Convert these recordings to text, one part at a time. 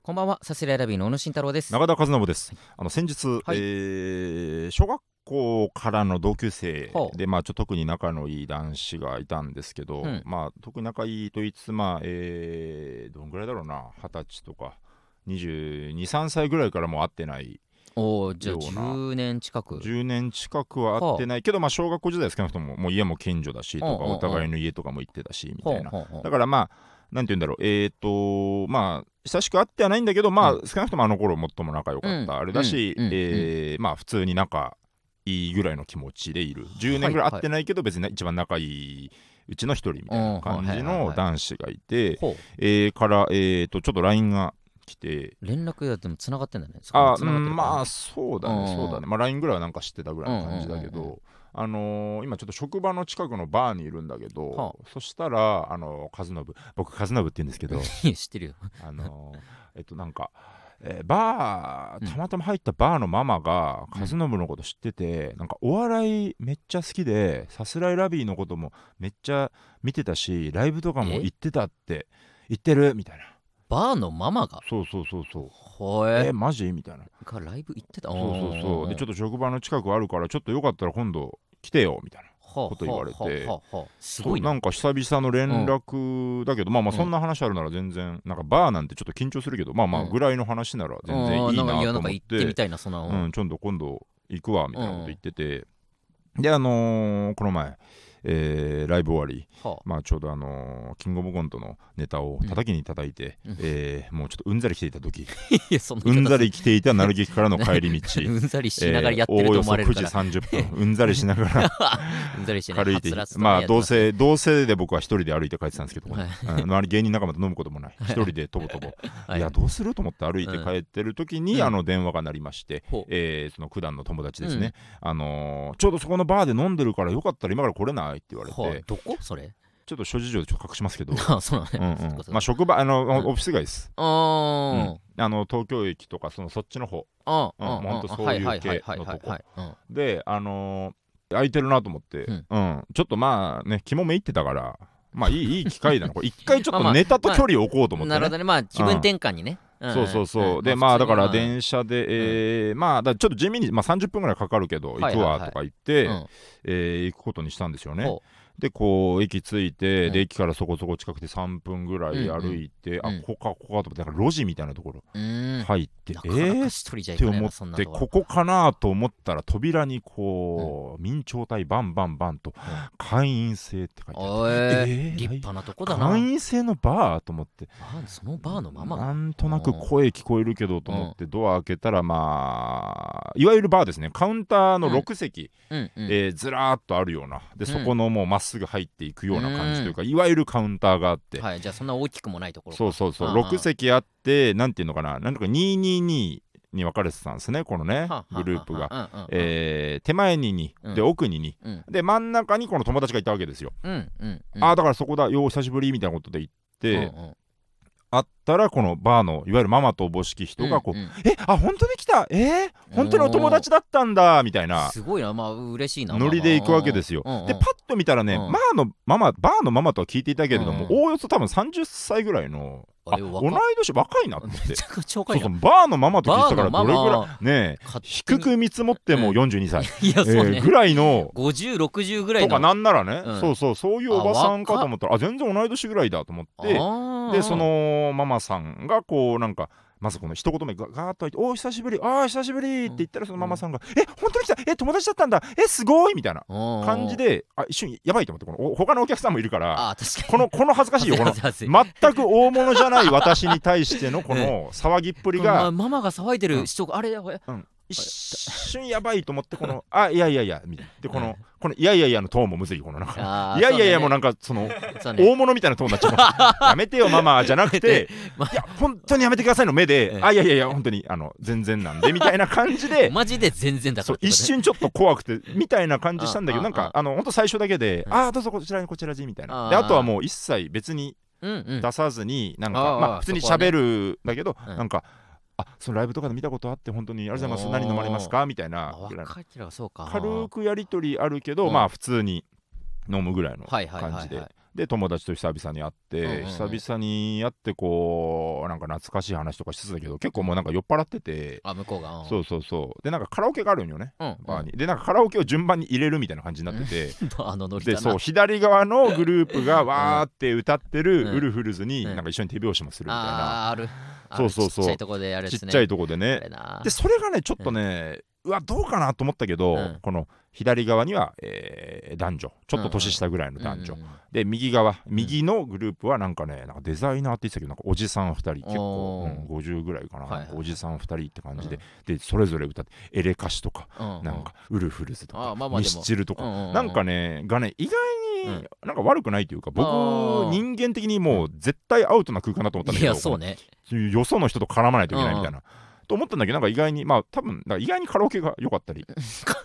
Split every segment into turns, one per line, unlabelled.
こんばんは、サスレラビーの小野慎太郎です。
中田和信です。あの先日、
はい
えー小学校からの同級生
ほう
で、まあ、ちょっと特に仲のいい男子がいたんですけど、
うん
まあ、特に仲いいと言いつつ、まあえーどんぐらいだろうな二十歳とか22、3歳ぐらいからもう会ってない
おお、じゃあ
ような
10年近く。
10年近くは会ってないけど、まあ、小学校時代少なくとももう家も近所だしと
ほ
か
うほうほう
お互いの家とかも行ってたしみた
ほ
いうな
ほうほう
だからまあ、なんて言うんだろう、えっ、と、まあ、親しく会ってはないんだけど、まあ、
う
少なくともあの頃最も仲良かった、
うん
あれだし、
うんうん
えーまあ、普通に仲いいぐらいの気持ちでいる。10
はい
年ぐらい会ってないけど、別に一番仲いいうちの一人みたいな感じ
うんはいはいは
の
い
男子がいて、
ほう
えーから、えっ、と、ちょっと LINE が来て、
連絡やっても繋がってんだね。そこ
あ
繋がって
うん
るかな
まあそうだね、
うん
そうだね、まあ、LINE ぐらいはなんか知ってたぐらいの感じだけど、
うんうんうん
あのー今ちょっと職場の近くのバーにいるんだけど、
は
そしたら、あのー、和信僕和信って言うんですけ ど
いや知ってるよ。
あのーえっとなんか、えーバーたまたま入ったバーのママが、
うん
和信のこと知っててなんかお笑いめっちゃ好きでさすらいラビーのこともめっちゃ見てたしライブとかも行ってたって言ってるみたいな
バーのママが。
そうそうそうそう
ほ
え
え。
マジみたいな
がライブ行ってた。
そうそうそうでちょっと職場の近くあるからちょっとよかったら今度来てよみたいな
と
こと言われて
すごい
そう
な。
んか久々の連絡だけど、まあまあ
うん
そんな話あるなら全然なんかバーなんてちょっと緊張するけどまあまあ
うん
ぐらいの話なら全然
うん
いいな
なんかやな
と
ん
思
か
っ
行って
て
みたいな、そんなの。
うんちょっと今度行くわみたいなこと言ってて、であのーこの前えーライブ終わり、
は
まあ、ちょうど、あのーキングオブコントのネタを叩きに叩いて、
うん
えーもうちょっとうんざり来ていた時、
あいやそんな
う
言い
ん
方
ざり来ていた鳴る劇からの帰り道
うんざりしながらやってると思われるから。
えーおおよそ9時30分、うん ざりしながら
うんざりしてね
歩いて
はつらつとね
ま
や
あ
って
どう
ます
せ、どうせで僕は一人で歩いて帰ってたんですけど、
はい
うん周り芸人仲間と飲むこともない、一人でとぼとぼ、
はい
いや、どうすると思って歩いて帰ってる時に、
うん
あの電話が鳴りまして、
ほう
えーその九段の友達ですね、あのーちょうどそこのバーで飲んでるから、よかったら今から来れないって言われ
は
て
あ、どこそれ
ちょっと諸事情でちょっと隠しま すけど、
ああそうなの
うんう
ね。そっか
ん
そっか
まあ、職場、あの、
ん
オフィス街です。
あー
あの東京駅とかそのそっちの方
ああ、
うんもうほんとそういう系のとこ
はいうん
であのー空いてるなと思って、
う
うんんちょっとまあね肝めいってたからまあい いいい機会だなこれ一回ちょっ
まあまあ
とネタと距離を置こうと思って、ね
なるほどね、まあ気分転換にね。ん
そうそうそう、
ん
でまあ
普
だ
通に
から電車で、えーまあだからちょっと地味に、まあ、30分ぐらいかかるけど
はいはい
行くわとか言って、
うん
えー行くことにしたんですよね
ほ
でこう駅着いて、
うん
で駅からそこそこ近くて3分ぐらい歩いて、
んうん
あここかここかと思ってだから路地みたいなところ
ううーん。
入って、
なか
え
な
ー
か一人じゃいかないな、そん
っ
な
て
とこ
こ
ろ。
こかなと思ったら扉にこう、明朝体バンバンバンと会員制って書いてある
おい、
えー
立派なとこだな。
会員制のバーと思って
あそのバーのまま。
なんとなく声聞こえるけどと思ってドア開けたらまあいわゆるバーですねカウンターの6席、
うんうん。
えーずらーっとあるようなで
うん
そこのもうまっすぐ入っていくような感じというか、いわゆるカウンターがあって、
はい、じゃあそんな大きくもないところ。
そうそうそう
あー
6席あってなんていうのかななんとか222に分かれてたんですねこのね
はあはあ
グループが。
はあうんうんうん
えー手前に2、で
う
奥に2、
うん
で真ん中にこの友達がいたわけですよ、
うんうんうん。
ああだからそこだよう久しぶりみたいなことで行って、
うんうん
会ったらこのバーのいわゆるママとおぼしき人がこう、
んん
えあ本当に来たえー、本当にお友達だったんだみたいな
すごいな、まあ嬉しいな。
ノリで行くわけですよ、でパッと見たらね、
うん
マーのママバーのママとは聞いていたけれども、
うん
おおよそ多分30歳ぐらいの
あれ
同
若
い
い
年若いなと思っ
め
て
ちゃくちゃ
そ
若
う
い
そう
な。
バーのママと聞いてたから
バー
どれ
の
ぐ
ママ
らいねえ
勝手に
低く見積もっても42歳、
いや、
え
そう
ー
ね。
ぐらいの
50、60ぐらい
と
の
かなんならね、
うん
そうそうそういうおばさん
あ
か
若っ
と思ったらあ全然同い年ぐらいだと思って
あー
でそのママさんがこうなんかまずこの一言目がガーッと開いて「おー久しぶりあー久しぶり」って言ったらそのママさんが「え本当に来たえ友達だったんだえすごい」みたいな感じ
で
であ一瞬やばいと思ってこのお他のお客さんもいるから
ああ確かに
このこの恥ずかしいよこの
恥ずかしい
全く大物じゃない私 に対してのこの騒ぎっぷりが
まママが騒いで
う
る
ん
人があれほえ
一瞬やばいと思ってこの「あいやいやいや」みたいなでこ
はい
の「このいやいやいや」のトーンもむずいこのなんか
あ
「
ー
いやいやいや」も
そううだ
なんかその
ねそうね
大物みたいなトーンになっち ゃうやめてよママじゃなくて
ま
「いや本当にやめてください」の目
え
で
え
「あいやいやいや本当にあの全然なんで」みたいな 感じで。
マジで全然だか
そ
ら
う一瞬ちょっと怖くてみたいな感じしたんだけど
あ
なんかあの本当最初だけで「ああどうぞこちらにこちらに」みたいなで
あー
あとはもう一切別に
うんうん
出さずになんか
あー
まあ普通に喋るんだけど
うん
なんか「あそのライブとかで見たことあって本当にありがとうございます何飲まれますか?」みたいな
あ
ぐらいの
若い人はそうか
軽くやり取りあるけ
う
ど
ん
まあ普通に飲むぐらいの
はいはいはいはい
感じでで友達と久々に会って、
うんうんうん
久々に会ってこうなんか懐かしい話とかしつつだけど結構もうなんか酔っ払ってて、
あ向こうが
そうそうそうでなんかカラオケがあるんよね
うん、うん、
バーに、でなんかカラオケを順番に入れるみたいな感じになってて、
あのノリだ
で
な
そう左側のグループがわーって歌って
う
る
ん
ウルフルズに
うん
なんか一緒に手拍子もするみたいな、
あーあるあ
そう
る
そうそう
ちっちゃいとこでやる
ち
や
っ
つね
ちゃいとこで
あ
ね
れな
でそれがねちょっとね、うわどうかなと思ったけど、
うん
この左側には、えー男女ちょっと年下ぐらいの男女、
うんうん
で右側右のグループはなんかねなんかデザイナーって言ってたけどなんかおじさん2人結構、
おー
うん50ぐらいかな,、
はいはい
おじさん2人って感じで、
うん
でそれぞれ歌ってエレカシとか、
うんうん
なんかウルフルズとか、
あーまあまあ
ミ
でも
スチルとか、
ううう
なんかねがね意外
う
に
ん
なんか悪くないというか、僕
あー
人間的にもう絶対アウトな空間だと思ったんだ
い
けど
やそうね
よその人と絡まないといけないみたいな。と思ったんだけどなんか意外にまあ多分なんか意外にカラオケが良かった り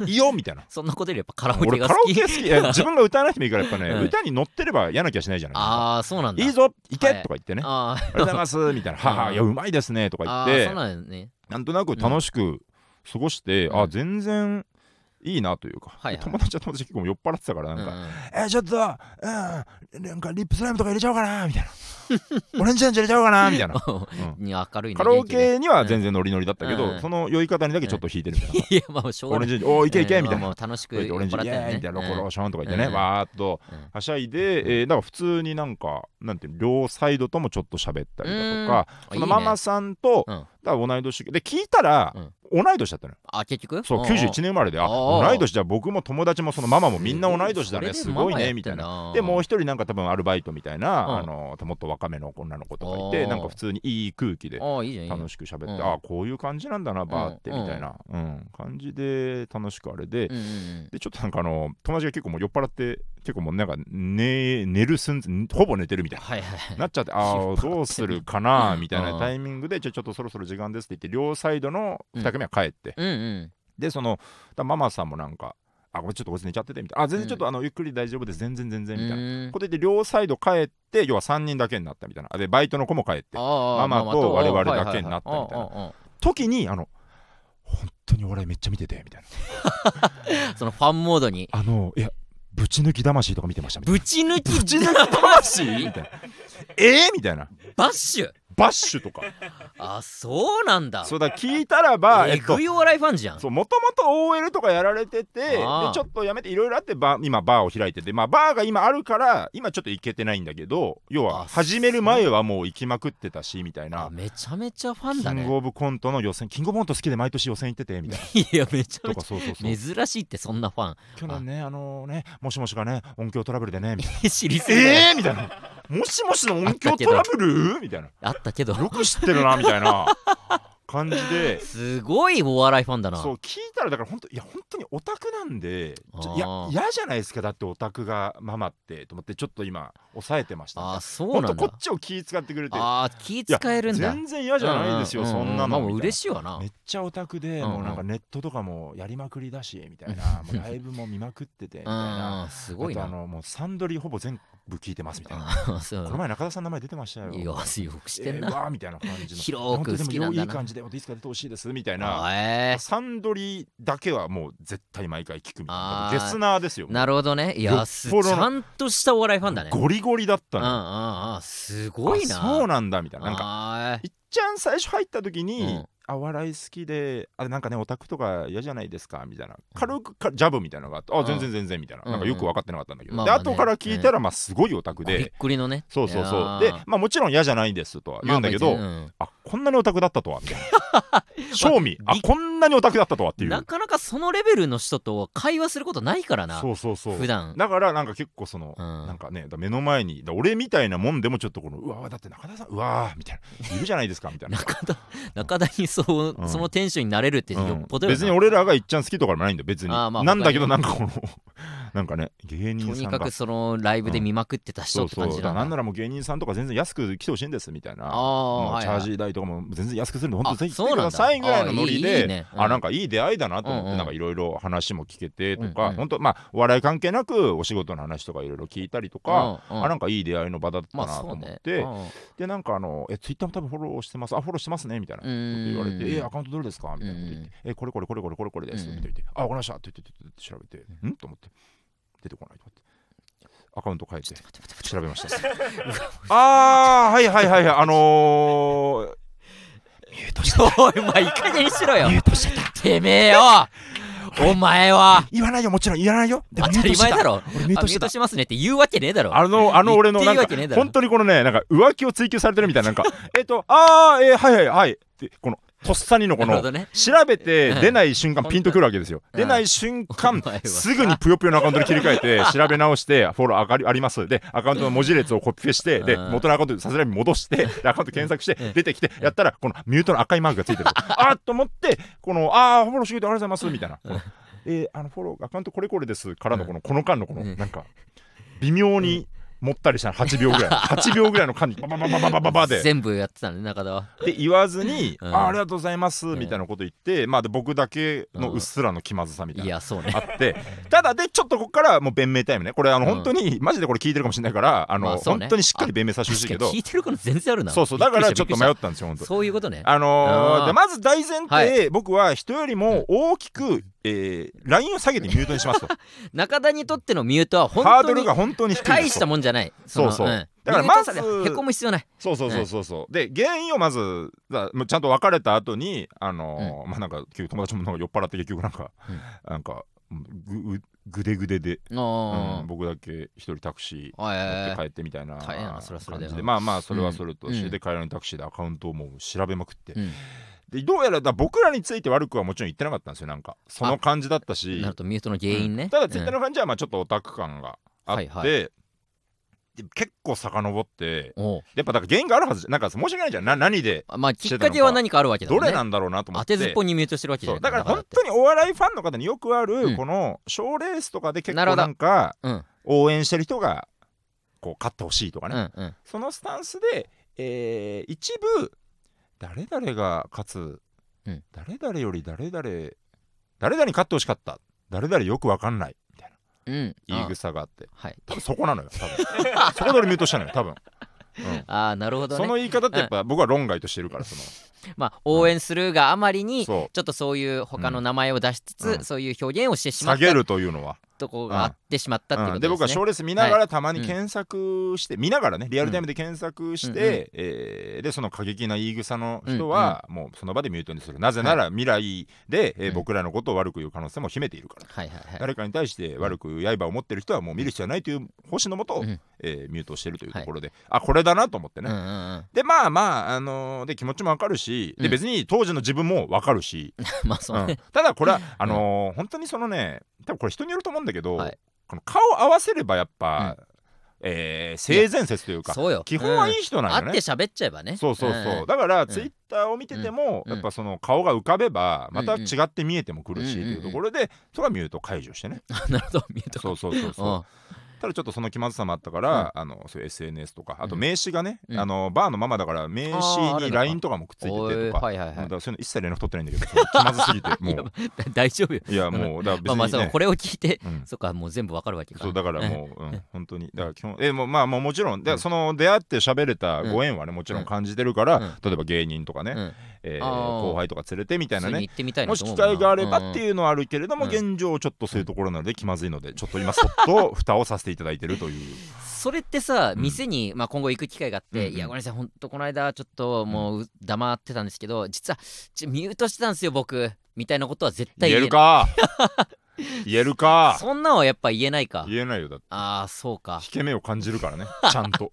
いいよみたいな
そんなことよりやっぱカラオケ
俺
が
カラ
好
オ
き
ケ好きいや自分が歌わなくてもいいからやっぱね、
うん
歌に乗ってれば嫌な気はしないじゃない
ああそうなんだ
いいぞ行け
はい
とか言ってね、
あー
ありがとうございますみたいな、はは、いや、うまいですねとか
あ
言
ー
っ
そう
て、
なんだね
なんとなく楽しく過ごして、
うん
あ、全然いいなというか、
はいはい
友達は友達結構酔っ払ってたから、なんか、
か
え、ちょっと、うん、なんかリップスライムとか入れちゃおうかな みたいな、オレンジアンジ入れちゃおうかな みたいな。
に明るいね
カラオ
元気で
ケには全然ノリノリだったけ
うんう
ど、
ん
その酔い方にだけちょっと弾いてるみたい
いやまあしょ
な。
うがな
オレ
い
ンジ、おーいけいけみたい
うんまあ
な
ま。あ楽しく
オレンジ
酔っ
イエ
払って
ーイみたいなロコローションとか言ってね、
うん
わーっと
うん
はしゃいで、えー、だから普通になんかなんていうの両サイドともちょっと喋ったりだとか
うんい
その
いね
ママさんと、
うん
だから同い年で聞いたら、同い年だったのよ
あ結局
そう91年生まれであ
あー
同い年じゃ僕も友達もそのママもみんな同い年だねすごいねみたいな。
な
でもう一人なんか多分アルバイトみたいな、
うん
あのもっと若めの女の子とかいて
あー
なんか普通にいい空気で
ああいいじゃんいいじゃん
楽しく喋って、
うん
ああこういう感じなんだなバーって
うん
みたいな、うん感じで楽しくあれで、
うんうん
でちょっとなんかあの友達が結構もう酔っ払って結構もうなんか寝寝る寸前ほぼ寝てるみたいな
はいはいはい
なっちゃってああどうするかなみたいなタイミングでじゃあちょっとそろそろ時間ですって言って両サイドの2組は帰って、
うんうん
でそのだママさんもなんかあこれちょっとこいつ寝ちゃっててみたいなあ全然ちょっとあのゆっくり大丈夫です全然全然みたいな、
な
ことで両サイド帰って要は3人だけになったみたいなあでバイトの子も帰って
マ
ママと我々だけになったみたいな時にあの本当に俺めっちゃ見ててみたいな
なそのファンモードに
あのいやぶち抜き魂とか見てましたみたいな
ぶち抜き
ぶち抜き魂みたいな。えー、みたいな。
バッシュ
バッシュとか。
あそうなんだ
そうだ、聞いたらば、
え
えっと
ぐ。いお笑いファンじゃん
そうもともと OL とかやられててでち
あー
ょっとやめていろいろあってバー今バーを開いてて、まあ、バーが今あるから今ちょっと行けてないんだけど要は
あ
始める前はもう行きまくってたしみたい
あ
な、
めちゃめちゃファン
キ
だ
ング
ね
オブコントの予選キングオブコント好きで毎年予選行っててみたい
いやめちゃ
な
め
と
ち
かそうそうそう
ゃ珍しいってそんなファン
去年ねあのねもしもしがね音響トラブルでねみたい
知りすぎ
な
だよ
えーみたいなもしもしの音響トラブルみたいな
あったけど
よく知ってるなみたいな感じで。
すごいお笑いファンだな
そう聞いたらだから本当いや本当にオタクなんでちょいや
あー
嫌じゃないですかだってオタクがママってと思ってちょっと今抑えてました
あそう
本
な
当
ん
こ
だ
っちを気使ってくれて
あー気使えるんだ
全然嫌じゃないですよ
ううう
そんな
まあもう
のみたい
嬉しいわな
なめっちゃオタクで
うんうん
もうなんかネットとかもやりまくりだしみた いなもうライブも見まくっててみたいな
うんす
す
ごい
あ
な
とあのもうサンドリほぼ全部聞いてますみたいな
あ そう
この前中田さんの名前出てましたよ
いやよくしてん
えー
な
わーみたいな感じ の
広く好きなんだな
本当にでもいい感じでいつか出てほしいですみたいな
あえ
サンドリだけはもう絶対毎回聞くみたいな
あ
ゲ
ー
スナーですよ
ーなるほどねい
よ
や
っ
す
ぽど
ち
の
ゃんとしたお笑いファンだね
ゴリゴリだった
うん
の
うんうんすごいな
あそうなんだみたいななんか
か
いっちゃん最初入った時に、
うん
あお笑い好きであなんかねオタクとか嫌じゃないですかみたいな軽くかジャブみたいなのがあってあ全然全然みたいな,、
うん
なんかよく分かってなかったんだけど、
まあ
で
まあね
後から聞いたらまあすごいオタクで、
びっくりのね
そうそうそう
い
で
やー、
まあ、もちろん嫌じゃないですとは言うんだけ
ま
ど、
あ別に
あこんなにオタクだったとはみたい な正味
まあ
あ
びっ
こんなにオタクだったとはっ
う
てい
ん
う
なかなかそのレベルの人と会話することないからな
そうそうそう
普段
だからなんか結構その、
うん
なんかねだ目の前にだ俺みたいなもんでもちょっとこのうわだって中田さんうわーみたいないるじゃないですかみたいな
中田中田にそう、
うん
そのテンシ ョンになれるってよ
うん
っぽどよな
別に俺らがいっちゃん好きとかでもないんだよ別に、
あーまあ
なんだけど
他
なんかこの なんかね芸
と
人
に
さん
か
が
くそのライブで見まくってた人
そう
って
そう
感じ
だか
なん
らな
だ
んならもう芸人さんとか全然安く来てほしいんですみたいな
ああ
もう
はい
チ
は
ャ
い
ージ代とかも全然安くするんで本当
あ
ぜひ来
そ
て
う
く
なんだ
ださいぐらいのノリ
あいいい
で
いねうん
あなんかいい出会いだなと思って、
うんうん
なんかいろいろ話も聞けてとか、
うんうん
本当まあお笑い関係なくお仕事の話とかいろいろ聞いたりとか、
うんうん
あなんかいい出会いの場だった
ま
な
あ
と
そう
思っ
ね
て、
うん
でなんかあのえツイッターも多分フォローしてますあフォローしてますねみたいなこと言われ
う
て
ん
えアカウントどれですかみたいなこと言って、えこれこれこれこれこれこれで
う
す
ん
って言ってあわかりましたって言って言って言って調べてんと思って出てこないと思ってアカウント変えて
待って待って
調べました ああはいはいはいはいあのーミュートし
おい、お前、いい加減にしろ
た
よ
ミ。ュートしてた
てめえよ。お前は。
言わないよもちろん言わないよで
当
も
たり前だろ。
俺
ミ
ミュ
ュ
ートし
ー
てた
トしますねって言うわけねえだろ。
あの、あの俺の
言っ
な
ていいわけ
んか
ねえだ、ろ
本当にこのね、なんか浮気を追求されてるみたいな、なんか、 えっと、あー、えー、はいはいはい、って、この、とっさにのこ
なる
の
ほ、どね。
調べて出ない瞬間、ピンとくるわけですよ。出ない瞬間
お前は、
すぐにぷよぷよのアカウントに切り替えて、調べ直して、フォロー上がりあります。で、アカウントの文字列をコピペして、で、
うん
元のアカウントでさすらに戻して、でアカウント検索して
う、ん
出てきて、やったら、このミュートの赤いマークがついてるんですよ。あーっと思って、この、あー、フォローしてくれてありがとうございます、みたいな。このえーあのフォローアカウントこれこれですからのこのこの間のこの
うん
なんか微妙に持ったりした8秒ぐらい8秒ぐらいの間にババババババババで
全部やってたのね、中田は。
って言わずに、
うん
あありがとうございます
ん
みたいなこと言って、まあ、で僕だけのうっすらの気まずさみたい
い
な。
や、そうね。
あってただでちょっとここからはもう弁明タイムねこれあの
うん
本当に、マジでこれ聞いてるかもしれないからあの、
まあそうね
本当にしっかり弁明させてほしいけ
確か
ど
に聞いてること全然あるな。
そうそうだからちょっと迷
びくり
っ
した
んですよ本
びっくりした
当
そういうことね。
あのー
あー
でまず大前提、
は
僕は人よりも大きく、えー、LINE を下げてミュートにしま すと
中田にとってのミュートは本
ハー
当
ドル
に
が本当に低いんです
大したもんじゃない。の
そうそうんだからまず
ミュートされへこむ必要ない。
そうそうそうそうそう、で原因をまずだもうちゃんと別れた後にあのーまあなんか結局友達もなんか酔っ払って結局なんか、
うん
なんかぐぐぐでぐでで、
あ
うん
ー
僕だけ一人タクシー
あえ
乗って帰ってみたいな
大変やなそれはそれ
感
で
じでまあまあそれはそれとして、
うん
で帰りのタクシーでアカウントをもう調べまくって、
ーうん
でどうやらだ僕らについて悪くはもちろん言ってなかったんですよなんかその感じだったし
なるとミュートの原因ね。
ただツイッター
の
の感じはまあちょっとオタク感があっ
は
て、
いはい
で結構遡って
おう
やっぱだから原因があるはずじゃなんか申し訳ないじゃんな何で
あまあきっかけは何かあるわけだ
ど
もんね。
れなんだろうなと思
当
って
てずっぽにミュートしてるわけじゃ
そ
ない
うだから
中田
本
って
当にお笑いファンの方によくあ
う
る
ん
この賞レースとかで結
なる
構
ほど
なんか
うん
応援してる人がこう勝ってほしいとかね、
うんうん
そのスタンスで、えー一部誰々が勝つ、
うん
誰々より誰々誰々に勝ってほしかった誰々よくわかんないみたいな
うん。
言い
あ
草があって
はい。
多分そこなのよ多 分そこで俺ミュートしたのよ多分、うん
ああなるほど
その
ね。
言い方ってやっぱ僕は論外としてるからその
まあ応援するがあまりに
そ
ちょっとそういう他の名前を出しつ
うん
つそういう表現をして
う
しま
下
っ
げ
た
るというのは
とこがあってしまったっていう
う
こ
んで
と
僕は
です
賞
ね。
レース見ながらたまに
うん
検索して、見ながらねリアルタイムで検索して、
うんうんうん
えーでその過激な言い草の人は、もうその場でミュートにするなぜなら未来で、えー
うん
僕らのことを悪く言う可能性も秘めているから、
はいはいはい。
誰かに対して悪く刃を持ってる人はもう見る必要はないという方針のもと、
うん
えーミュートしてるというところで、あこれだなと思って
うん
ね、
うんうん。
でまあまあ、あのーで気持ちもわかるし
う
で
ん
別に当時の自分もわかるし、
まあそううんね。
ただこれはあのー本当にそのね多分これ人によると思うんだけど、
はい
この顔合わせればやっぱ、えー性善説というか
そうよ。
基本はいい
うん
人なん
会
よ
って
ね。
喋っちゃえばね。
そうそうそう、
ん。
だからツイッターを見てても、
うん
やっぱその顔が浮かべば
う
ま
ん
た違って見えてもくるし、
うん
というところでそれはミュート解除してね、
なるほどミュート。
そうそうそうそう
うん
ただちょっとその気まずさもあったから、あのそういう SNS とかあと名刺がね、
うん
あのバーのママだから名
あーある
刺に
のか
LINE とかもくっついてて
おー
とか,、
はいはい
だ
は
からそういうの一切連絡取ってないんだけどその気まずすぎても
い。いや
う
大丈夫よ。
いやもうだか
ま
ら
あまあ
別に、
そう
ね
これを聞いて
うん
そっかもう全部わかるわけか。
そうだから
うん。
もう、うん、本当にだから基本えもうまあもうもちろんでその出会って喋れたご縁はねもちろん感じてるから、
うん
例えば芸人とかね、
うん
えー
あー
後輩とか連れてみたい
普
な
通に
ね
行ってみたいな
も
と
し
思
機
うもんな
会があればって
うん
いうのはあるけれども、
うん
現状ちょっとそういうところなので気まずいのでちょっと今そっと蓋をさせていただいてるという
それってさ
うん
店にまあ今後行く機会があって
うん
いやごめんなさい本当この間ちょっともう黙ってたんですけど実はちょミュートしてたんですよ僕みたいなことは絶対
言え
ない
るか言えるか
そんなんはやっぱ言えないか
言えないよだって
ああそうか
引け目を感じるか らねちゃんと、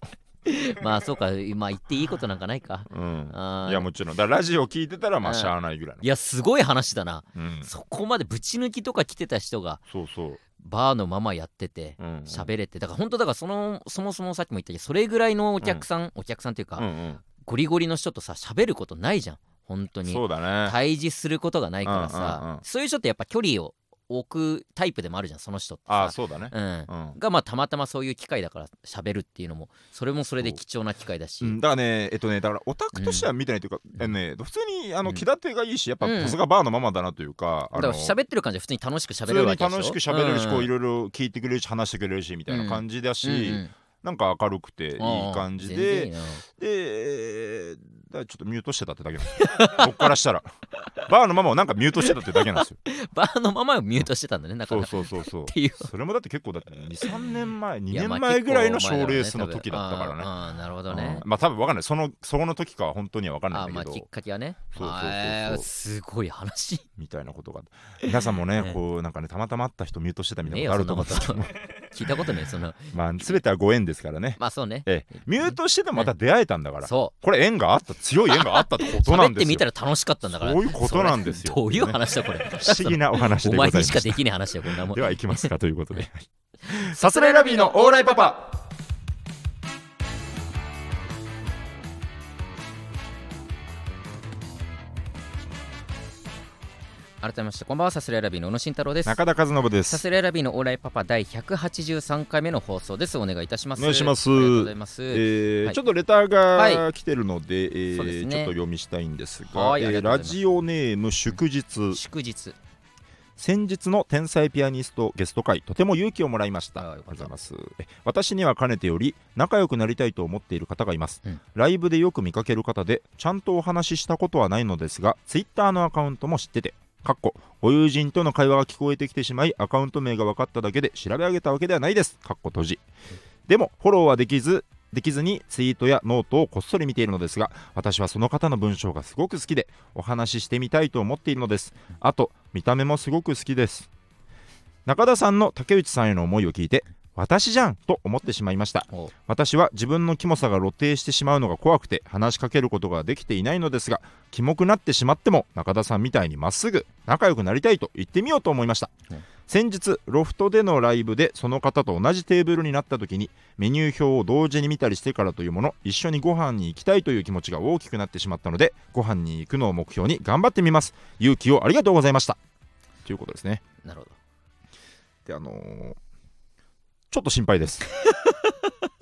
まあそうかまあ言っていいことなんかないか
うん、
あー
いやもちろんだからラジオ聞いてたらまあ
うん
しゃあないぐらいの
いやすごい話だな
うん、
そこまでぶち抜きとか来てた人が
そうそう
バーのままやってて
うんうん
喋れてだから本当だからそのそもそもさっきも言ったけどそれぐらいのお客さん、お客さんというか、
うんうん
ゴリゴリの人とさ喋ることないじゃん本当に
そうだね
対峙することがないからさ、
うんうんうん
そういう人ってやっぱ距離を置くタイプでもあるじゃんその人って
ああ
さ
そうだね
うん
うん
がまあたまたまそういう機会だから喋るっていうのもそれもそれで貴重な機会だし、
うん、だからね、えっとね、だからオタクとしては見てないというか、
ん
えね、普通にあの
うん
気立てがいいし、やっぱ
うん
さすがバーのママだなというか、あ
だか
の
ら喋ってる感じは普通に楽しく
普
喋
通
れ
に
るわけでしょ
楽しく喋れるし、こうい
ろ
ろいろ聞いてくれるし、話してくれるしみたいな感じだし、なんか明るくていい感じ で、で、えーだからちょっとミュートしてたってだけなんですよ僕からしたら、バーのママをなんかミュートしてたってだけなん ですよ
バーのままをミュートしてたんだねだか
そ
ら
うそうそうそう
っていう
それもだって結構だって23年前2
いや
年
まあ
前ぐらいの
結構前だ
賞
ろうね
レースの時だったからね
あーあーなるほどね
うんまあ多分わかんないそのその時かは本当にはわかん
あ
な
ー
いん
ま
だ
あ
け
きっ
ど
かけはね
そうそうそうそ
あ
う
ーすごい話
みたいなことが皆さん もね
ね
こうなんかねたまたま会った人ミュートしてたみた
ね
い
え
なこ
よ
とあ
そ
る
んな
と思
こ
っ
と
たけど
聞いたことねえその
まあ全てはご縁ですからね
まあそうね
ええミュートしててもまた出会えたんだから
そ
これ縁があった強い縁があったってこ
う
とな
喋
ん
っ
で
て
す よ
みたら楽しかったんだから
そういうことなんですよ
それどういう話だこれ
不思議なお話
お
でご
前
ざいま
にしか
し
できない話だよこんなもん
たでは行きますかということで
さ
さすらいラビーのオーライパパ
改めましてこんばんはさすらいラビーの小野慎太郎です
中田和信で
さ
す
すらいラビーのオーライパパ第183回目の放送ですお願いいたします
お願いします
ありがとうございます、
えー
はい
ちょっとレターが来てるので、えー
そうですね
ちょっと読みしたいんですが、
はい
えー
ありがとうござい
ラ
ます
ジオネーム祝日
祝日
先日の天才ピアニストゲスト会とても勇気をもらいました
あー
あ
よか
りがと
っ
うご
た
ざいますえ私にはかねてより仲良くなりたいと思っている方がいます、
うん
ライブでよく見かける方でちゃんとお話ししたことはないのですがツイッターのアカウントも知っててかっこご友人との会話が聞こえてきてしまいアカウント名が分かっただけで調べ上げたわけではないですかっこ閉じでもフォローはできずできずにツイートやノートをこっそり見ているのですが私はその方の文章がすごく好きでお話ししてみたいと思っているのですあと見た目もすごく好きです中田さんの竹内さんへの思いを聞いて私じゃんと思ってしまいました
お
私は自分のキモさが露呈してしまうのが怖くて話しかけることができていないのですがキモくなってしまっても中田さんみたいにまっすぐ仲良くなりたいと言ってみようと思いました、
うん
先日ロフトでのライブでその方と同じテーブルになった時にメニュー表を同時に見たりしてからというもの一緒にご飯に行きたいという気持ちが大きくなってしまったのでご飯に行くのを目標に頑張ってみます勇気をありがとうございましたということですね
なるほど
であのーちょっと心 配です。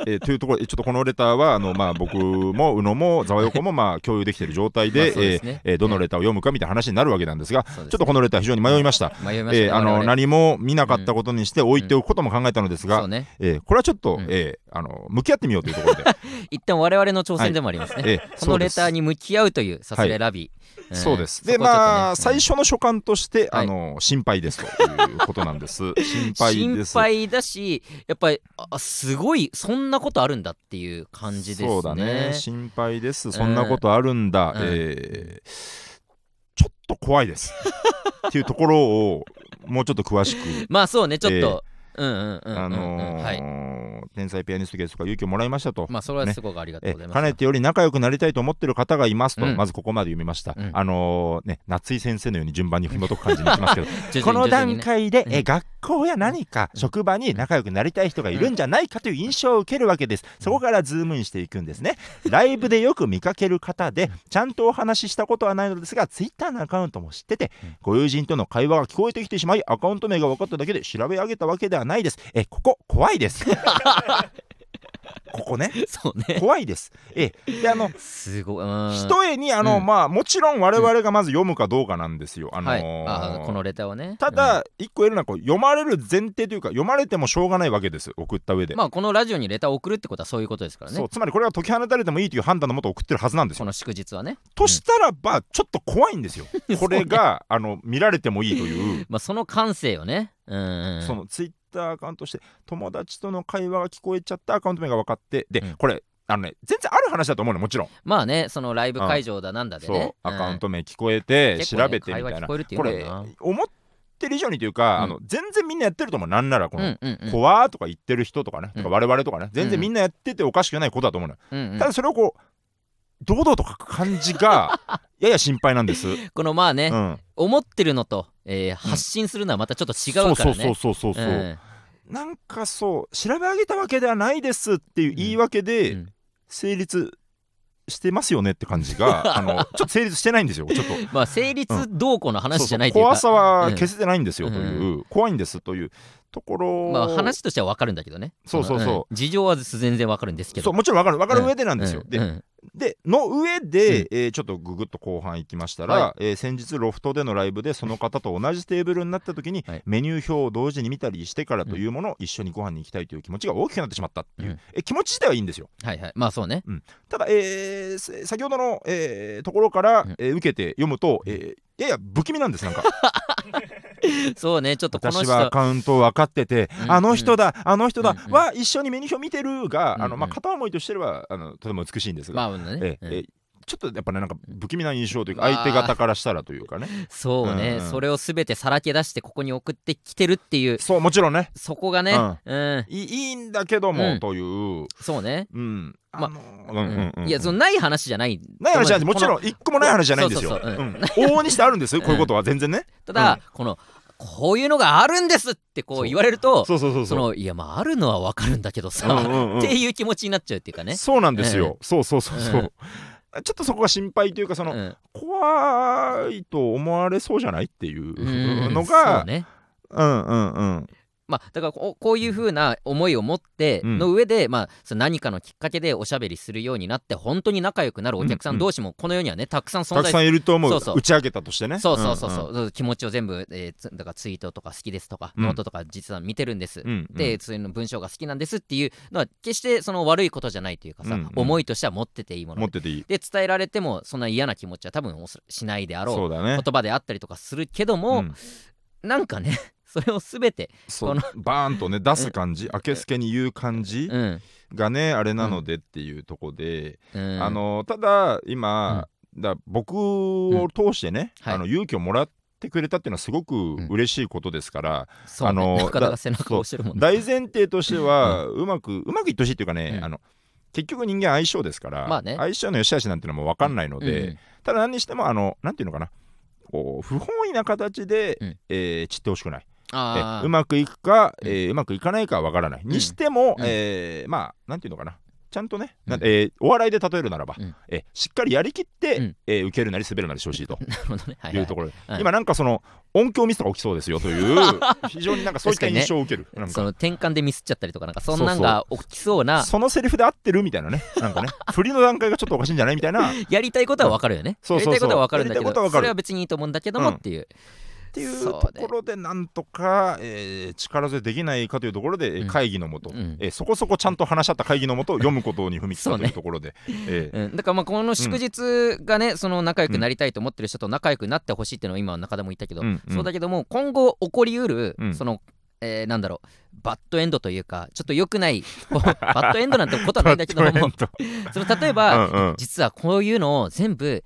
えーというところでちょっとこのレターはあの、まあ、僕も宇野もざわよこも、まあ、共有できている状態
まあ
で
そうですね
えーえーどのレターを読むかみたいな話になるわけなんですが
そうです
ちょっとこのレター非常に迷いました。
迷いましたね、
えーあの
我々
何も見なかったことにして置いておくことも考えたのですが、
そうね
えーこれはちょっと、
うん
えーあの向き合ってみようというところ で、
一旦我々の挑戦でもありますね、
えー
このレ
そうです
ターに向き合うというさすらいラビー、ん
そうです。
そ
で、
こはちょっとね
ま
う
あ、
ん
最初の所感として、
はい
あの、心配ですということなんです。心配
心
です。
配だしやっぱりあすごいそんなことあるんだっていう感じですね
そうだね心配ですそんなことあるんだ、
うん
えーちょっと怖いです っていうところをもうちょっと詳しく、
まあそうねちょっと、うんうんうんうんうん、
あのー
はい
天才ピアニストゲストから勇気をもらいましたと。
まあそれはすごくありがとう
え
ございます、
かねてより仲良くなりたいと思ってる方がいますと、
うん
まずここまで読みました、
うん
あのーね夏井先生のように順番に紐解く感じにいきますけど
徐
こ
々
の
に徐々に
段
ね
階で、
う
え
ん
学校や何か
うん
職場に仲良くなりたい人がいるんじゃないかという印象を受けるわけですそこからズームインしていくんですねライブでよく見かける方でちゃんとお話ししたことはないのですがツイッターのアカウントも知ってて
うん
ご友人との会話が聞こえてきてしまいアカウント名が分かっただけで調べ上げたわけではないですえここ怖いです ここね
そうね
怖いですえであの
すごいうん
ひとえにあの、
うん
まあもちろん我々がまず読むかどうかなんですよ、あの
はい
ー
あこのレターをね
た
うん
だ、一個言えるのはこう読まれる前提というか読まれてもしょうがないわけです送った上で、
まあこのラジオにレターを送るってことはそういうことですからね
そうつまりこれが解き放たれてもいいという判断のもと送ってるはずなんです
こ
よ
の祝日はね
としたらばちょっと怖いんです よこれが、あの見られてもいいという
まあその感性をねうんうん
そのツイッターアカウントして友達との会話が聞こえちゃったアカウント名が分かってで、
うん
これあのね全然ある話だと思うのもちろん、
まあねそのライブ会場だなんだで
そう、
ね
アカウン
ト
ト名聞こえて調べてみたい
会話
な
聞こえるっていう
こ
の
れ
かな
思ってる以上にというか、
うん
あの全然みんなやってると思うなんならこの、
うんうんうん
怖ーとか言ってる人とかね、
うん
とか我々とかね全
うん
然みんなやってておかしくないことだと思うのよ、
うんうん
ただそれをこう堂々と書く感じ がやや心配なんです、うん、
このまあね、思ってるのと、えー発信するのはまたちょっと違うからね。
そうそうそうそうそう、
うん
なんかそう調べ上げたわけではないですっていう言い訳
う
で
ん
成立してますよねって感じ があのちょっと成立してないんですよちょっと
まあ成立動向の 話じゃない
そうそ
とい
う
うか、
怖さは消せてないんですよという、
う
怖いんですというところ
まあ話としてはわかるんだけどね。
そうそうそうん
事情は全然わかるんですけど。
そうもちろん分かる分かる上でなんですよ、
うん
で
うん
での上で、えーちょっとググッと後半行きましたら、
は
えー先日ロフトでのライブでその方と同じテーブルになった時に、
はい
メニュー表を同時に見たりしてからというものを一緒にご飯に行きたいという気持ちが大きくなってしまったっていう、
うん
え気持ち自体はいいんですよ
はいはい。まあそうね。
ただ、えーせ先ほどの、えーところから、
うん
えー受けて読むと、えーいやいや不気味なんで すなんか
そうねちょっとこの
私
人
はアカウントを分かってて、
うん
あの人だあの人だ、
うんうん
は一緒にメニュー表見てるが、あ
うんう
の
ん
まあ、片思いとしてはあのとても美しいんですが、
まあね
え、えええちょっとやっぱねなんか不気味な印象というか
うん
相手方からしたらというかね
うんそうね、
うんうん
それを全てさらけ出してここに送ってきてるっていう
そうもちろんね
そこがね、うん
いいいんだけども、
うん
という
そうね、
うん
ま
あのうん
う
うんうんうん
いやそのない話じゃない
ない話じゃないもち
ん
ろん一個もない話じゃないんですよ
そうそうそうう
うん往々にしてあるんですよこういうことは全 然ね
ただ、このこういうのがあるんですってこう言われるとそ
そうそうそうそう
のいやまああるのはわかるんだけどさ、
うんうんうん
っていう気持ちになっちゃうっていうかね。
そうなんです
え
よ、そうそうそうそう、
うん
ちょっとそこが心配というかその、
うん
怖いと思われそうじゃないっていう
うん
のが
そうね
うんうんうん
まあ、だからこうこういうふうな思いを持って
うん
の上で、まあ、その何かのきっかけでおしゃべりするようになって本当に仲良くなるお客さ
うん
ん
うん
同士もこの世にはねたくさん存
た
在
く
す
さ
る
んいると思う
そうそう
打ち上げたとしてね
そうそうそうそう,、
う
気持ちを全部、えーつだからツイートとか好きですとか、
うん
ノートとか実は見てるんです、
んうん
でそういうの文章が好きなんですっていうのは決してその悪いことじゃないというかさ、
うんうん
思いとしては持ってていいも
持
の
ってていい
で伝えられてもそんな嫌な気持ちは多分おそしないであろう
そうだね
言葉であったりとかするけども、
うん
なんかねそれを全て、
そ
こ
う
の
バーン とね出す感じ明けすけに言う感じ
うん
がねあれなのでっていうとこで、
うん、
あのただ今、だ僕を通してね、
うんはい
あの勇気をもらってくれたっていうのはすごく嬉しいことですから、
そう、ね、
あの
なかなか背中を押してるもんね
大前提としてはうまくうまくいってほしいっていうかね、
うん
あの結局人間相性ですから、
まあね
相性の良し悪しなんてのも分かんないので、
うん
ただ何にしてもあのなんていうのかなこう不本意な形で、
うん
えー散ってほしくない
あ
え
ー
うまくいくか、
うん
えーうまくいかないかは分からない、
ん
にしても、
うん
えーまあなんていうのかなちゃんとね、な
うん
えーお笑いで例えるならば、
うん
えーしっかりやりきって、
うん
えー受けるなり滑るなりしてほしいと
なるほどね、はい
い
は
う
い
ところで、
はい
今なんかその音響ミスとか起きそうですよと いう非常になんかそういった印象を受ける、なん
そ
か
の転換でミスっちゃったりとかなんかそん
そう
なんが起きそうな
そのセリフで合ってるみたいなねな んかね振りの段階がちょっとおかしいんじゃないみたいなっ
やりたいことはわかるよね、
そうそうそう
やりたいことはわかるんだけ
やりたいことは
ど
わか
そ
る
れは別にいいと思うんだけども
うん
っていう、
ていう
そう
と
ね
ころでなんとか、えー力添えできないかというところで、えー
うん
会議のもと、
うん
えーそこそこちゃんと話し合った会議のもと読むことに踏み切ったというところで、えー
うん、だからまあこの祝日がね、その仲良くなりたいと思ってる人と仲良くなってほしいっていうのは今中田も言ったけど、
うんうん
そうだけども今後起こりうる、
うん
そのえーなんだろうバッドエンドというかちょっと良くない バッドエンドなんてことはないんだけど
トレ
も
ンド
その例えば、
うんうん
実はこういうのを全部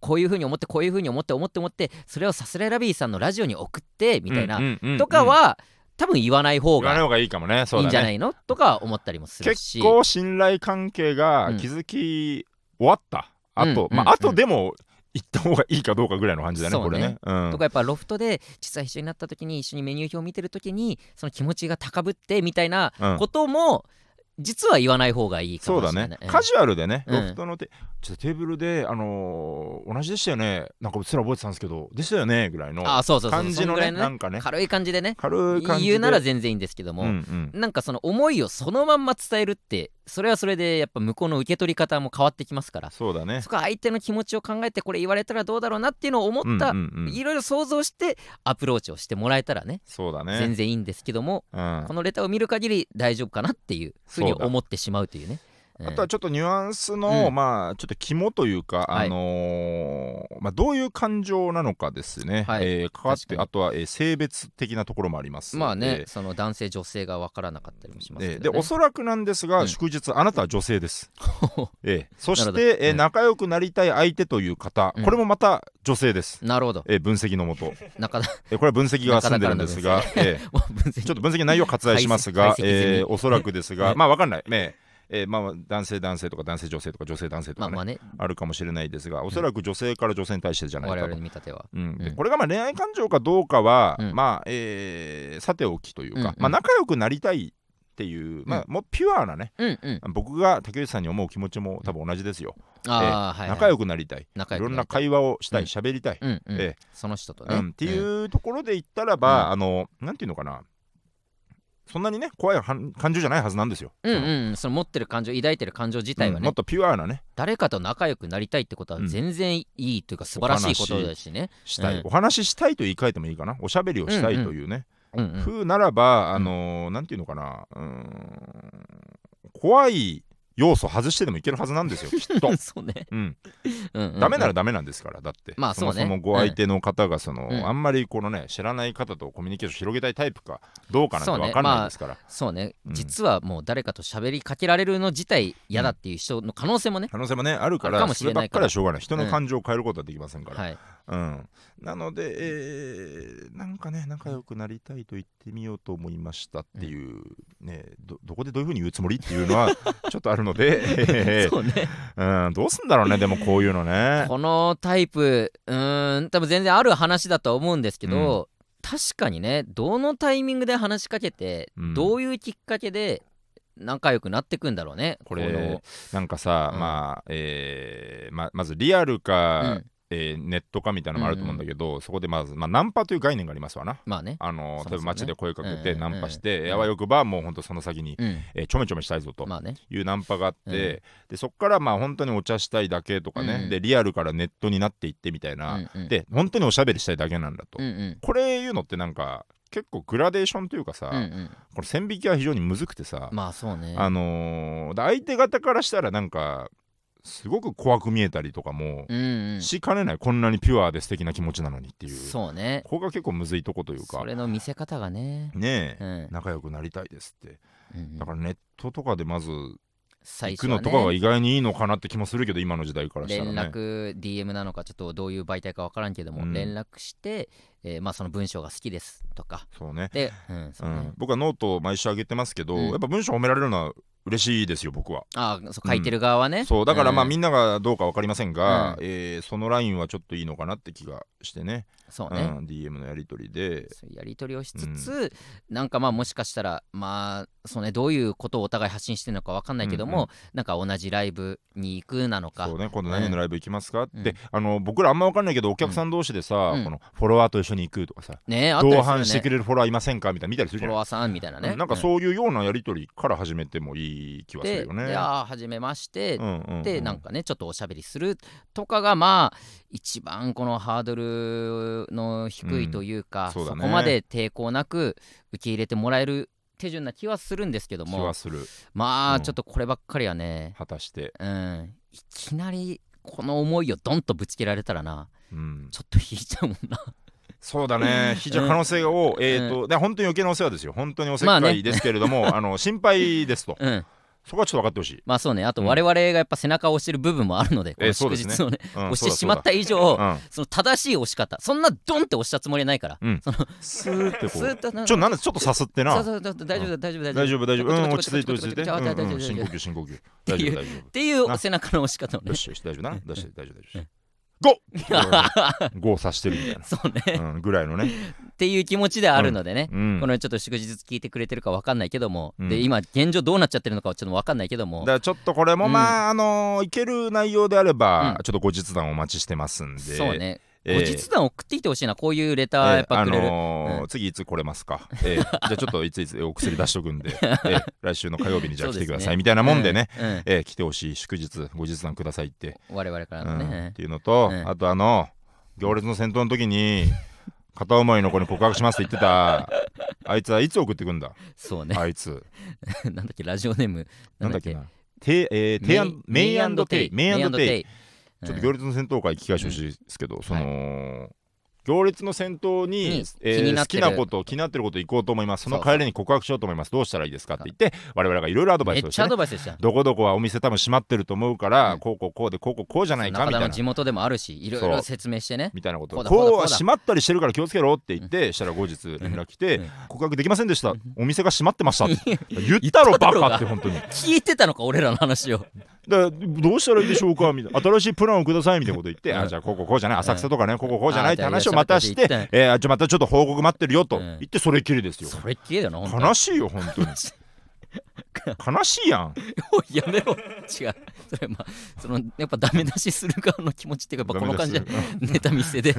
こういうふうに思ってこういうふうに思って思って思ってそれをさすらいラビーさんのラジオに送ってみたいな、
うんうんうん
とかは、多分言わない方
言わない
が
方がいいかもねそ
いういん
だ
じゃ
ね
ないのとか思ったりもするし
結構信頼関係が
うん
築き終わった、あと、
うん
ま
うん
ああとでも言った方がいいかどうかぐらいの感じだね
そう
こ
ね
れね、うん
とかやっぱロフトで実は一緒になった時に一緒にメニュー表を見てる時にその気持ちが高ぶってみたいな
うん
ことも実は言わない方がいいか
そう
も
だ
しれな
ね
い。
カジュアルでね、
うん
ロフトのテちょっとテーブルで、あのー同じでしたよねなんかうっすら覚えてたんですけどでしたよねぐらいの
あそうそうそう
感じ
そ
の
ぐ
ね
らい
な
のね
んかね
軽い感じでね
軽い感じで
言うなら全然いいんですけど
うんう
も
ん
なんかその思いをそのまんま伝えるってそれはそれでやっぱ向こうの受け取り方も変わってきますから
そうだね
そこは相手の気持ちを考えてこれ言われたらどうだろうなっていうのを思った
うんうんうん
いろいろ想像してアプローチをしてもらえたらね
そうだね
全然いいんですけども
うん
このレターを見る限り大丈夫かなっていうふうに
そうだ
思ってしまうというね。うん
あとはちょっとニュアンスの、
うん
まあちょっと肝というか、
はい
あのーまあ、どういう感情なのかですね、
はい
えー関わっ
確か
て
に
あとは、えー性別的なところもあります
まあね、
えー
その男性女性が分からなかったりもしますけ
え
ど、ね
ーでおそらくなんですが、
うん
祝日あなたは女 性です、えーそし
なる
て、えー
うん
仲良くなりたい相手という方、
うん
これもまた女性です、
なるほど
えー分析のもと、
中田
えーこれは分析が済んでるんですが、えー
もう分析
ちょっと分析の内容を割愛しま すが、
解析
えー
解析済み
おそらくですが、
うん
まあわかんない、ねえーまあ、男性男性とか男性女性とか女性男性と
ま
か
あ
ね
まあね
あるかもしれないですが、おそらく女性から女性に対してじゃない
我
か
々
と
の。見立ては
うんで
うん
これがまあ恋愛感情かどうかは、
うん
まあ、えーさておきというか、
うんうん
まあ、仲良くなりたいっていう、まあ、もうピュアなね
うんうん
僕が竹内さんに思う気持ちも多分同じですよ。
ああ、はい、はい、
仲良くなりたい
仲
い
良く
ろん
な
な
りたい
会話をしたい
うん
喋、りたい、
うんうん
え
その人と
う
ね、
んって
うん
いうところで言ったらば、あのなんていうのかなそんなにね怖いはん感情じゃないはずなんですよ。
うんうんその持ってる感情抱いてる感情自体は
うん
ね、
もっとピュアなね
誰かと仲良くなりたいってことは
うん
全然いいというか素晴らしいことだしね
したい、
うん
お話ししたいと言い換えてもいいかなおしゃべりをしたいというね、
うんうん
風なら
ん。
ば、あのーなんていうのかなうーん怖い要素外してでもいけるはずなんですよ、きっ と
そうね、
うん、
うんうんうん
ダメならダメなんですから、だって、
まあ
そも
そうね
そもご相手の方がその、
うん
あんまりこのね知らない方とコミュニケーション広げたいタイプかどうかなんて
そうね
分かんないですから、
そうね、
うん
実はもう誰かと喋りかけられるの自体嫌だっていう人の可能性もね、
可能性もねあるか
あるからも
そ
し
れ
れ
ば
な
っ
い
か
から
り
ら
はしょうがない人の感情を変えることはできませんから、
はい
うん、なので、えーなんかね仲良くなりたいと言ってみようと思いましたっていう、ね、どどこでどういうふうに言うつもりっていう のはちょっとあるので、え
そうね
ーうん、どうすんだろうねでもこういうのね。
このタイプうーん多分全然ある話だとは思うんですけど、確かにねどのタイミングで話しかけて、
うん
どういうきっかけで仲良くなってくんだろうね
こ
の
れなんかさ、
うん
まあ、えーままずリアルか、
うん
えーネットかみたいなのもあると思うんだけど、そこでまず、まあ、ナンパという概念がありますわな。
まあね
あの
そもそもね
例えば街で声かけて
うん
ナンパして、
うん
やわよくばもうほんとその先に、
うん
えーちょめちょめしたいぞと
まあね
いうナンパがあって、
うん
でそこからまあ本当にお茶したいだけとかね、
うん
でリアルからネットになっていってみたいな、
うんうん
で本当におしゃべりしたいだけなんだ
う
と、
んうん
これいうのってなんか結構グラデーションというかさ、
うんうん
この線引きは非常にむずくてさ、
まあそうね
あのーで相手方からしたらなんかすごく怖く見えたりとかも
うんうん
しかねない、こんなにピュアで素敵な気持ちなのにっていう
そうね
ここが結構むずいとこというか
それの見せ方がね
ね
う
え、
んうん
仲良くなりたいですって
うん
だからネットとかでまず
最初
行く
は
の
ね
とかが意外にいいのかなって気もするけど今の時代からしたら
連
ね。
絡 DM なのかちょっとどういう媒体か分からんけども、
うん
連絡して、えーまあその文章が好きですとか
そうね
で、うんそううね
ん、僕はノートを毎週上げてますけど、
うん
やっぱ文章褒められるのは嬉しいですよ僕は。
ああそう書いてる側はね、
そうだからまあ
うん
みんながどうか分かりませんが、
う
えーそのラインはちょっといいのかなって気がしてね
そう
う
ね、
ん、DM のやり取りで
そういうやり取りをしつつ、なんかまあもしかしたらまあそうねどういうことをお互い発信してるのか分かんないけども、
うんうん
なんか同じライブに行くなのか
そうね、今度何のライブ行きますか、
うん
ってあの僕らあんま分かんないけどお客さん同士でさ、
うん
このフォロワーと一緒に行くとかさ、
ねあったりす
同
るよ
伴してく
ね
れるフォロワーいませんかみたいな見たりする
フ
じ
ォ
ゃ
ロ
ない
ワーさんみたいなね、
うんなんか
う
そういうようなやり取りから始めてもいい気はする
で
よね。
でああ始めまして、
うんうんうん
でなんかねちょっとおしゃべりするとかがまあ一番このハードルの低いというか、
うんそ
そう
だね
こまで抵抗なく受け入れてもらえる手順な気はするんですけど
気
も
はする
ま
う
あ
ん
ちょっとこればっかりはね、
果たして、
うん、いきなりこの思いをドンとぶつけられたらな
うん、
ちょっと引いちゃう もんな
そうだね非常に可能性が多い、えーとで本当に余計なお世話ですよ本当におせっ
まあ
か
ね
いですけれども、あの心配ですと
うん
そこはちょっと分かってほしい、
まあそうねあと我々がやっぱ背中を押してる部分もあるので、こ
え
の
ーそう
祝
ですね
日をね
うん
押してしまっ
そ
た以上
うだ
その正しい押し方そんなドンって押したつもりはないから
そうだうん、スーってこ
スーッ
う
となんか
ちょなんだちょっとさすっ
そ
て
う
な
そうそう大丈夫だ大丈夫
大丈夫大丈夫うん落ち着いて落ち着いてうん
大丈夫
うん深呼吸深呼吸大丈夫大丈
っていう背中の押し方を
夫
ね
よ。しよし大丈夫な出して大丈夫大丈
うん
夫ゴーさしてるみたい
そうね。
な、うん、ぐらいのね、
っていう気持ちであるのでね。
うん、
このちょっと祝日聞いてくれてるかわかんないけども、
うん
で今現状どうなっちゃってるのかはちょっとわかんないけども
だからちょっとこれもまあ、あのーいける内容であれば、
うん
ちょっと後日談お待ちしてますんで
そうね、
えー
後日談送ってきてほしいなこういうレターや
え
っ
ー
ぱ
あ
くれる、
のー次いつ来れますか、えーじゃあちょっといついつ お薬出しとくんで、え ー来週の火曜日にじゃあ来てくだ
そうです
さい
ね
みたいなもんでね、
うん、うん
えー来てほしい祝日後日談くださいって、
我々から
う
の
んっ
ね、
ていうのと、
うん
あとあの行列の戦闘の時に片思いの子に告白しますって言って たあいつはいつ送ってくんだ
そうね
あいつ
なんだっけラジオネーム
なんだっけなてえー、
メ
テ
イ
イアンメイアンドテイメイアンドテイ
イ
ちょっと
う
行
ん
列の戦闘会聞き返してほしいですけど、その行列の戦闘に、
に
えー
気にな
好
って
き
る
なこと気になってること行こうと思いますその
そうそう
帰りに告白しようと思いますどうしたらいいですかって言って我々がいろいろアドバ
め
イ
っ
スをし
ちゃア
てね、
ドバイスでした
どこどこはお店多分閉まってると思うから、
うん
こうこうこうでこうこうこうじゃないか
中
み
田
た
の
い
地
な。
元でもあるしいろい
そう
ろ説明してね
みたいなこと
こ
を
うだこうだ
こう
こ
は
うだ
閉まったりしてるから気をつけろって言ってしたら後日連絡来て
うん
告白できませんでしたお店が閉まってまし たって言ったろバカって本当に
聞いてたのか俺らの話を
だからどうしたらいいでしょうかみたいな新しいプランをくださいみたいなこと言って、
うん
あじゃあこうこうこうじゃない浅草とかね、こうこうこうじゃないって話をまたして、
あじゃあいらっしゃいませって
えーじゃあまたちょっと報告待ってるよと
うん
言ってそれっきりですよ、
それっきりだよな本当に
悲しいよ本 当に悲しいやん
お いやめろ違うそれまあそのやっぱダメ出しする側の気持ちっていうかやっぱこの感じで
ダメ
ネタ見せ で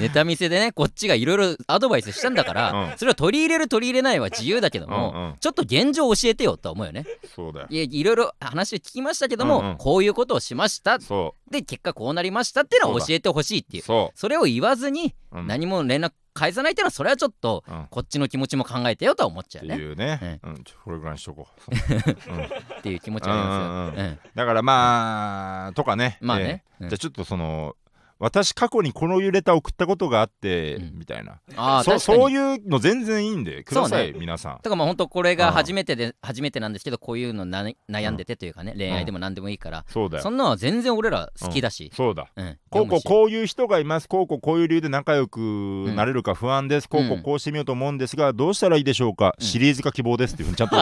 ネタ見せでねこっちがいろいろアドバイスしたんだから、
うん
それを取り入れる取り入れないは自由だけども、
うんうん
ちょっと現状を教えてよとは思うよね
そうだよ
いやいろいろ話を聞きましたけども、
うんうん
こういうことをしました
そ
で結果こうなりましたってのは教えてほしいっていうう
そ
それを言わずに
う、うん
何も連絡返さないっていうのはそれはちょっと
うん
こっちの気持ちも考えてよとは思っちゃ
っ
う
て
ね
いうね、うん、ちょこれぐらいにしとこ ううん
っていう気持ちはありますよ、うん
だからまあとかね
まあ
え
ね、
え
うん
じゃあちょっとその私過去にこのいうレター送ったことがあって、
うん
みたいな
ああ
そ
確かに
そういうの全然いいんでください、
そう
皆さん
だからまあ本当これが
うん
初めてで初めてなんですけどこういうのな悩んでてというかね、恋愛でも何でもいいから、
そうだ
そ
よ
んなのは全然俺ら好きだし、
そうだ
うん
こうこう
う
こういう人がいますこうこうこういう理由で仲良くなれるか不安です、こうこ
う
うんこうしてみようと思うんですがどうしたらいいでしょうか、
うん
シリーズ化希望ですっていうふう にちゃんと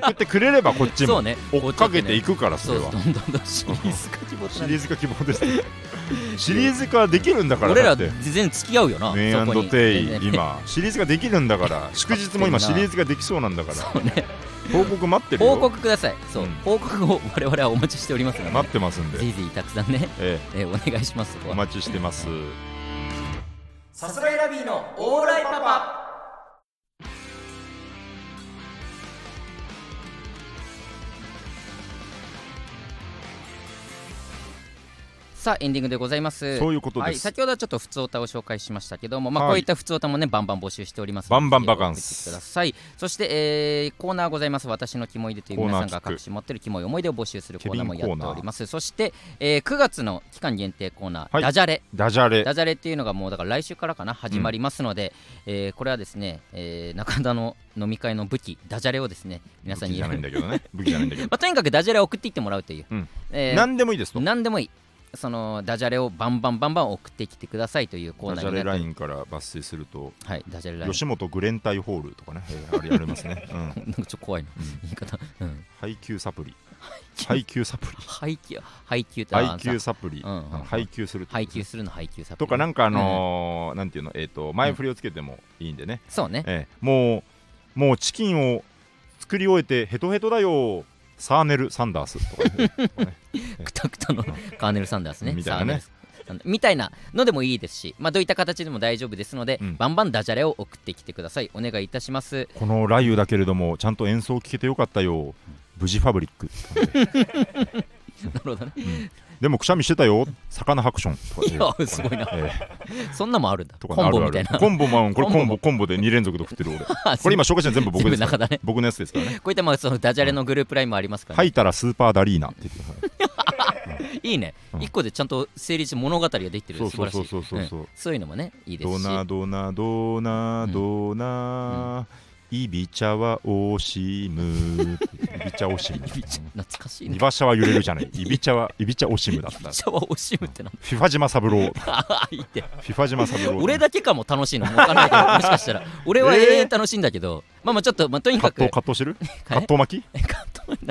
送ってくれればこっち
そ
も
うね
追っかけてい
く
くからそ
そ
れ
う
は
どんどんどんシリーズ化希望
シリーズ化希望ですシリーズ化できるんだから
俺
だ
ら
って
全然付き合うよな
メイ
そこ
ン
に
テ
全
イ
然
今シリーズができるん だから祝日も今シリーズができそうなんだから報告待ってるよ
報告くださいそう、
うん
報告を我々はお待ちしておりますので、
待ってますんで
ぜ、ひぜひたくさんね、
え
えーお願いしますそ
え
こ
お
は
待ちしてます
さすらいラビーのオーライパパさあエンディングでございます
そういうこと
は
で
い、
す、
先ほどはちょっと普通歌を紹介しましたけども、まあ、
はい
こういった普通歌もね、バンバン募集しておりますので
バンバンバカン
ぜひ送
ス
ってくださいそして、えーコーナーございます私のキモいでという
コーナー
皆
聞
さ
く
んが各種持ってるキモい思い出を募集するコーナーも
ケ
や
ビンコーナ
っ
ー
ておりますそして、えー9月の期間限定コーナー、
はい
ダジャレ
ダジャレ
ダジャレっていうのがもうだから来週からかな始まりますので、えーこれはですね、えー中田の飲み会の武器ダジャレをですね皆さん
武
に
器じゃないんだけどね武器じゃないんだけ ど、
まあ、とにかくダジャレを送っていってもらうという、
うん
えー
何でもいいですと
何でもいいそのダジャレをバンバンバンバン送ってきてくださいというコー
ダ
ナ
ジ
ー
ャ
にな
レ
って
ラインから抜粋すると
はいダジャレライン
吉本グレンタイホール とかね、ええあれやりますね、うん、
なんかちょっと怖いな、
うん
言い方、 うん、
配給サプリ配給サプリ
配給配給ってあ
配給
ーさ
サプリ、
うんうん
配給するってこと
配
ですね
給するの配給サプリ
とかなんかあのーなんていうのえっ、と前振りをつけてもいいんでね、
そうね
ええ、もうもうチキンを作り終えてヘトヘトだよサーネル・サンダースとか ね
クタクタのカーネル・サンダースね
みたい
サーネ
なね
ルサンダースみたいなのでもいいですしまあどういった形でも大丈夫ですので、
うん
バンバンダジャレを送ってきてくださいお願いいたし ます
この雷雨だけれどもちゃんと演奏聞けてよかったよ無事ファブリックとかね
なるほどね
でもくしゃみしてたよ魚ハクションとか
い
ね
やすごいな
ええ
そんなもあるんだ
とかね
コンボ
あるあ
み
る
たいな
コンボマンこれコ
コ
ン
ン
ボコンボで2連続で食ってる俺 こ
こ
れ今紹介したの全部僕です
全部
か
中
ら
だね
僕のやつですからね
こういったまあそのダジャレのグループラインもありますから、ね
吐いたらスーパーダリー ナって言ってた
いいね、
うん
一個でちゃんと成立して物語ができてる
そう
素晴
そう
らし
そう
い
そうそうそう
うんそういうのもねいいです
ド
し
ナドナドナドナ、イビチャはオシ ムイビチャオシム
懐かしい
イ
ね
バシャは揺れるじゃないイビチャはイビチャオシムだった
シャワー惜しむってなんだ
フィファ島三郎フ
あーいいって
ィファ島三郎
俺だけかも楽しいのもうわかんないけどもしかした ら俺は永遠楽しいんだけど、まあまあちょっと、まあ、とに
葛
か
藤
く
葛藤してる
は
葛
い
藤巻き
何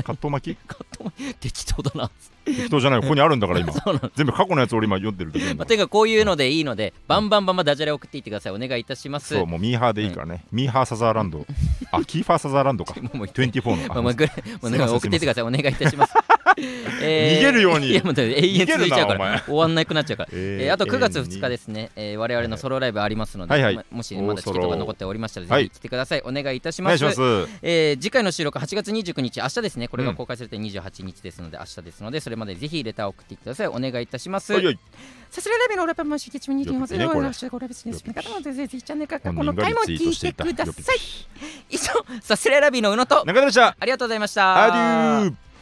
葛 藤巻き
葛藤適当だな
適当じゃないここにあるんだから今
そうなの
全部過去のやつ俺今読んでるけど今
まあ、とにかくこういうのでいいのでバンバンバンバンダジャレ送っていってくださいお願いいたします
そうもうミーハーでいいからね、ミーハーサザーランドあキーファーサザーランドか
もうもう
24の
まあ
あ
まあぐらいもうね
すいません
送っていってくださいお願いいたし ます、
逃げるように
いやもうだって永遠続いちゃうか
逃げるなお前
ら終わんなくなっちゃうから、
え
え
ー
ーあと9月2日ですね、えー、我々のソロライブありますので、
はいはい
まもしまだチケットが残っておりましたら
おーソロ
ぜひ来てください、お願いいたし
お
ま
願
す
いします
えー次回の収録8月29日明日ですねこれ
う
が
ん
公開されて28日ですので、明日ですのでそれまでぜひレターを送ってくださいお願いいたします
はいはい
さすらいラビのラッパも集結中に日本
よくねこれ
のこれ別に進め方なのでぜひチャンネルからこ
本
の
人が
回
リ
も
ツイー
聞
ト
い
して
て
いた
ください
以上サスレラビーの宇野と
中田でした
ありがとうございました
アデュー
ー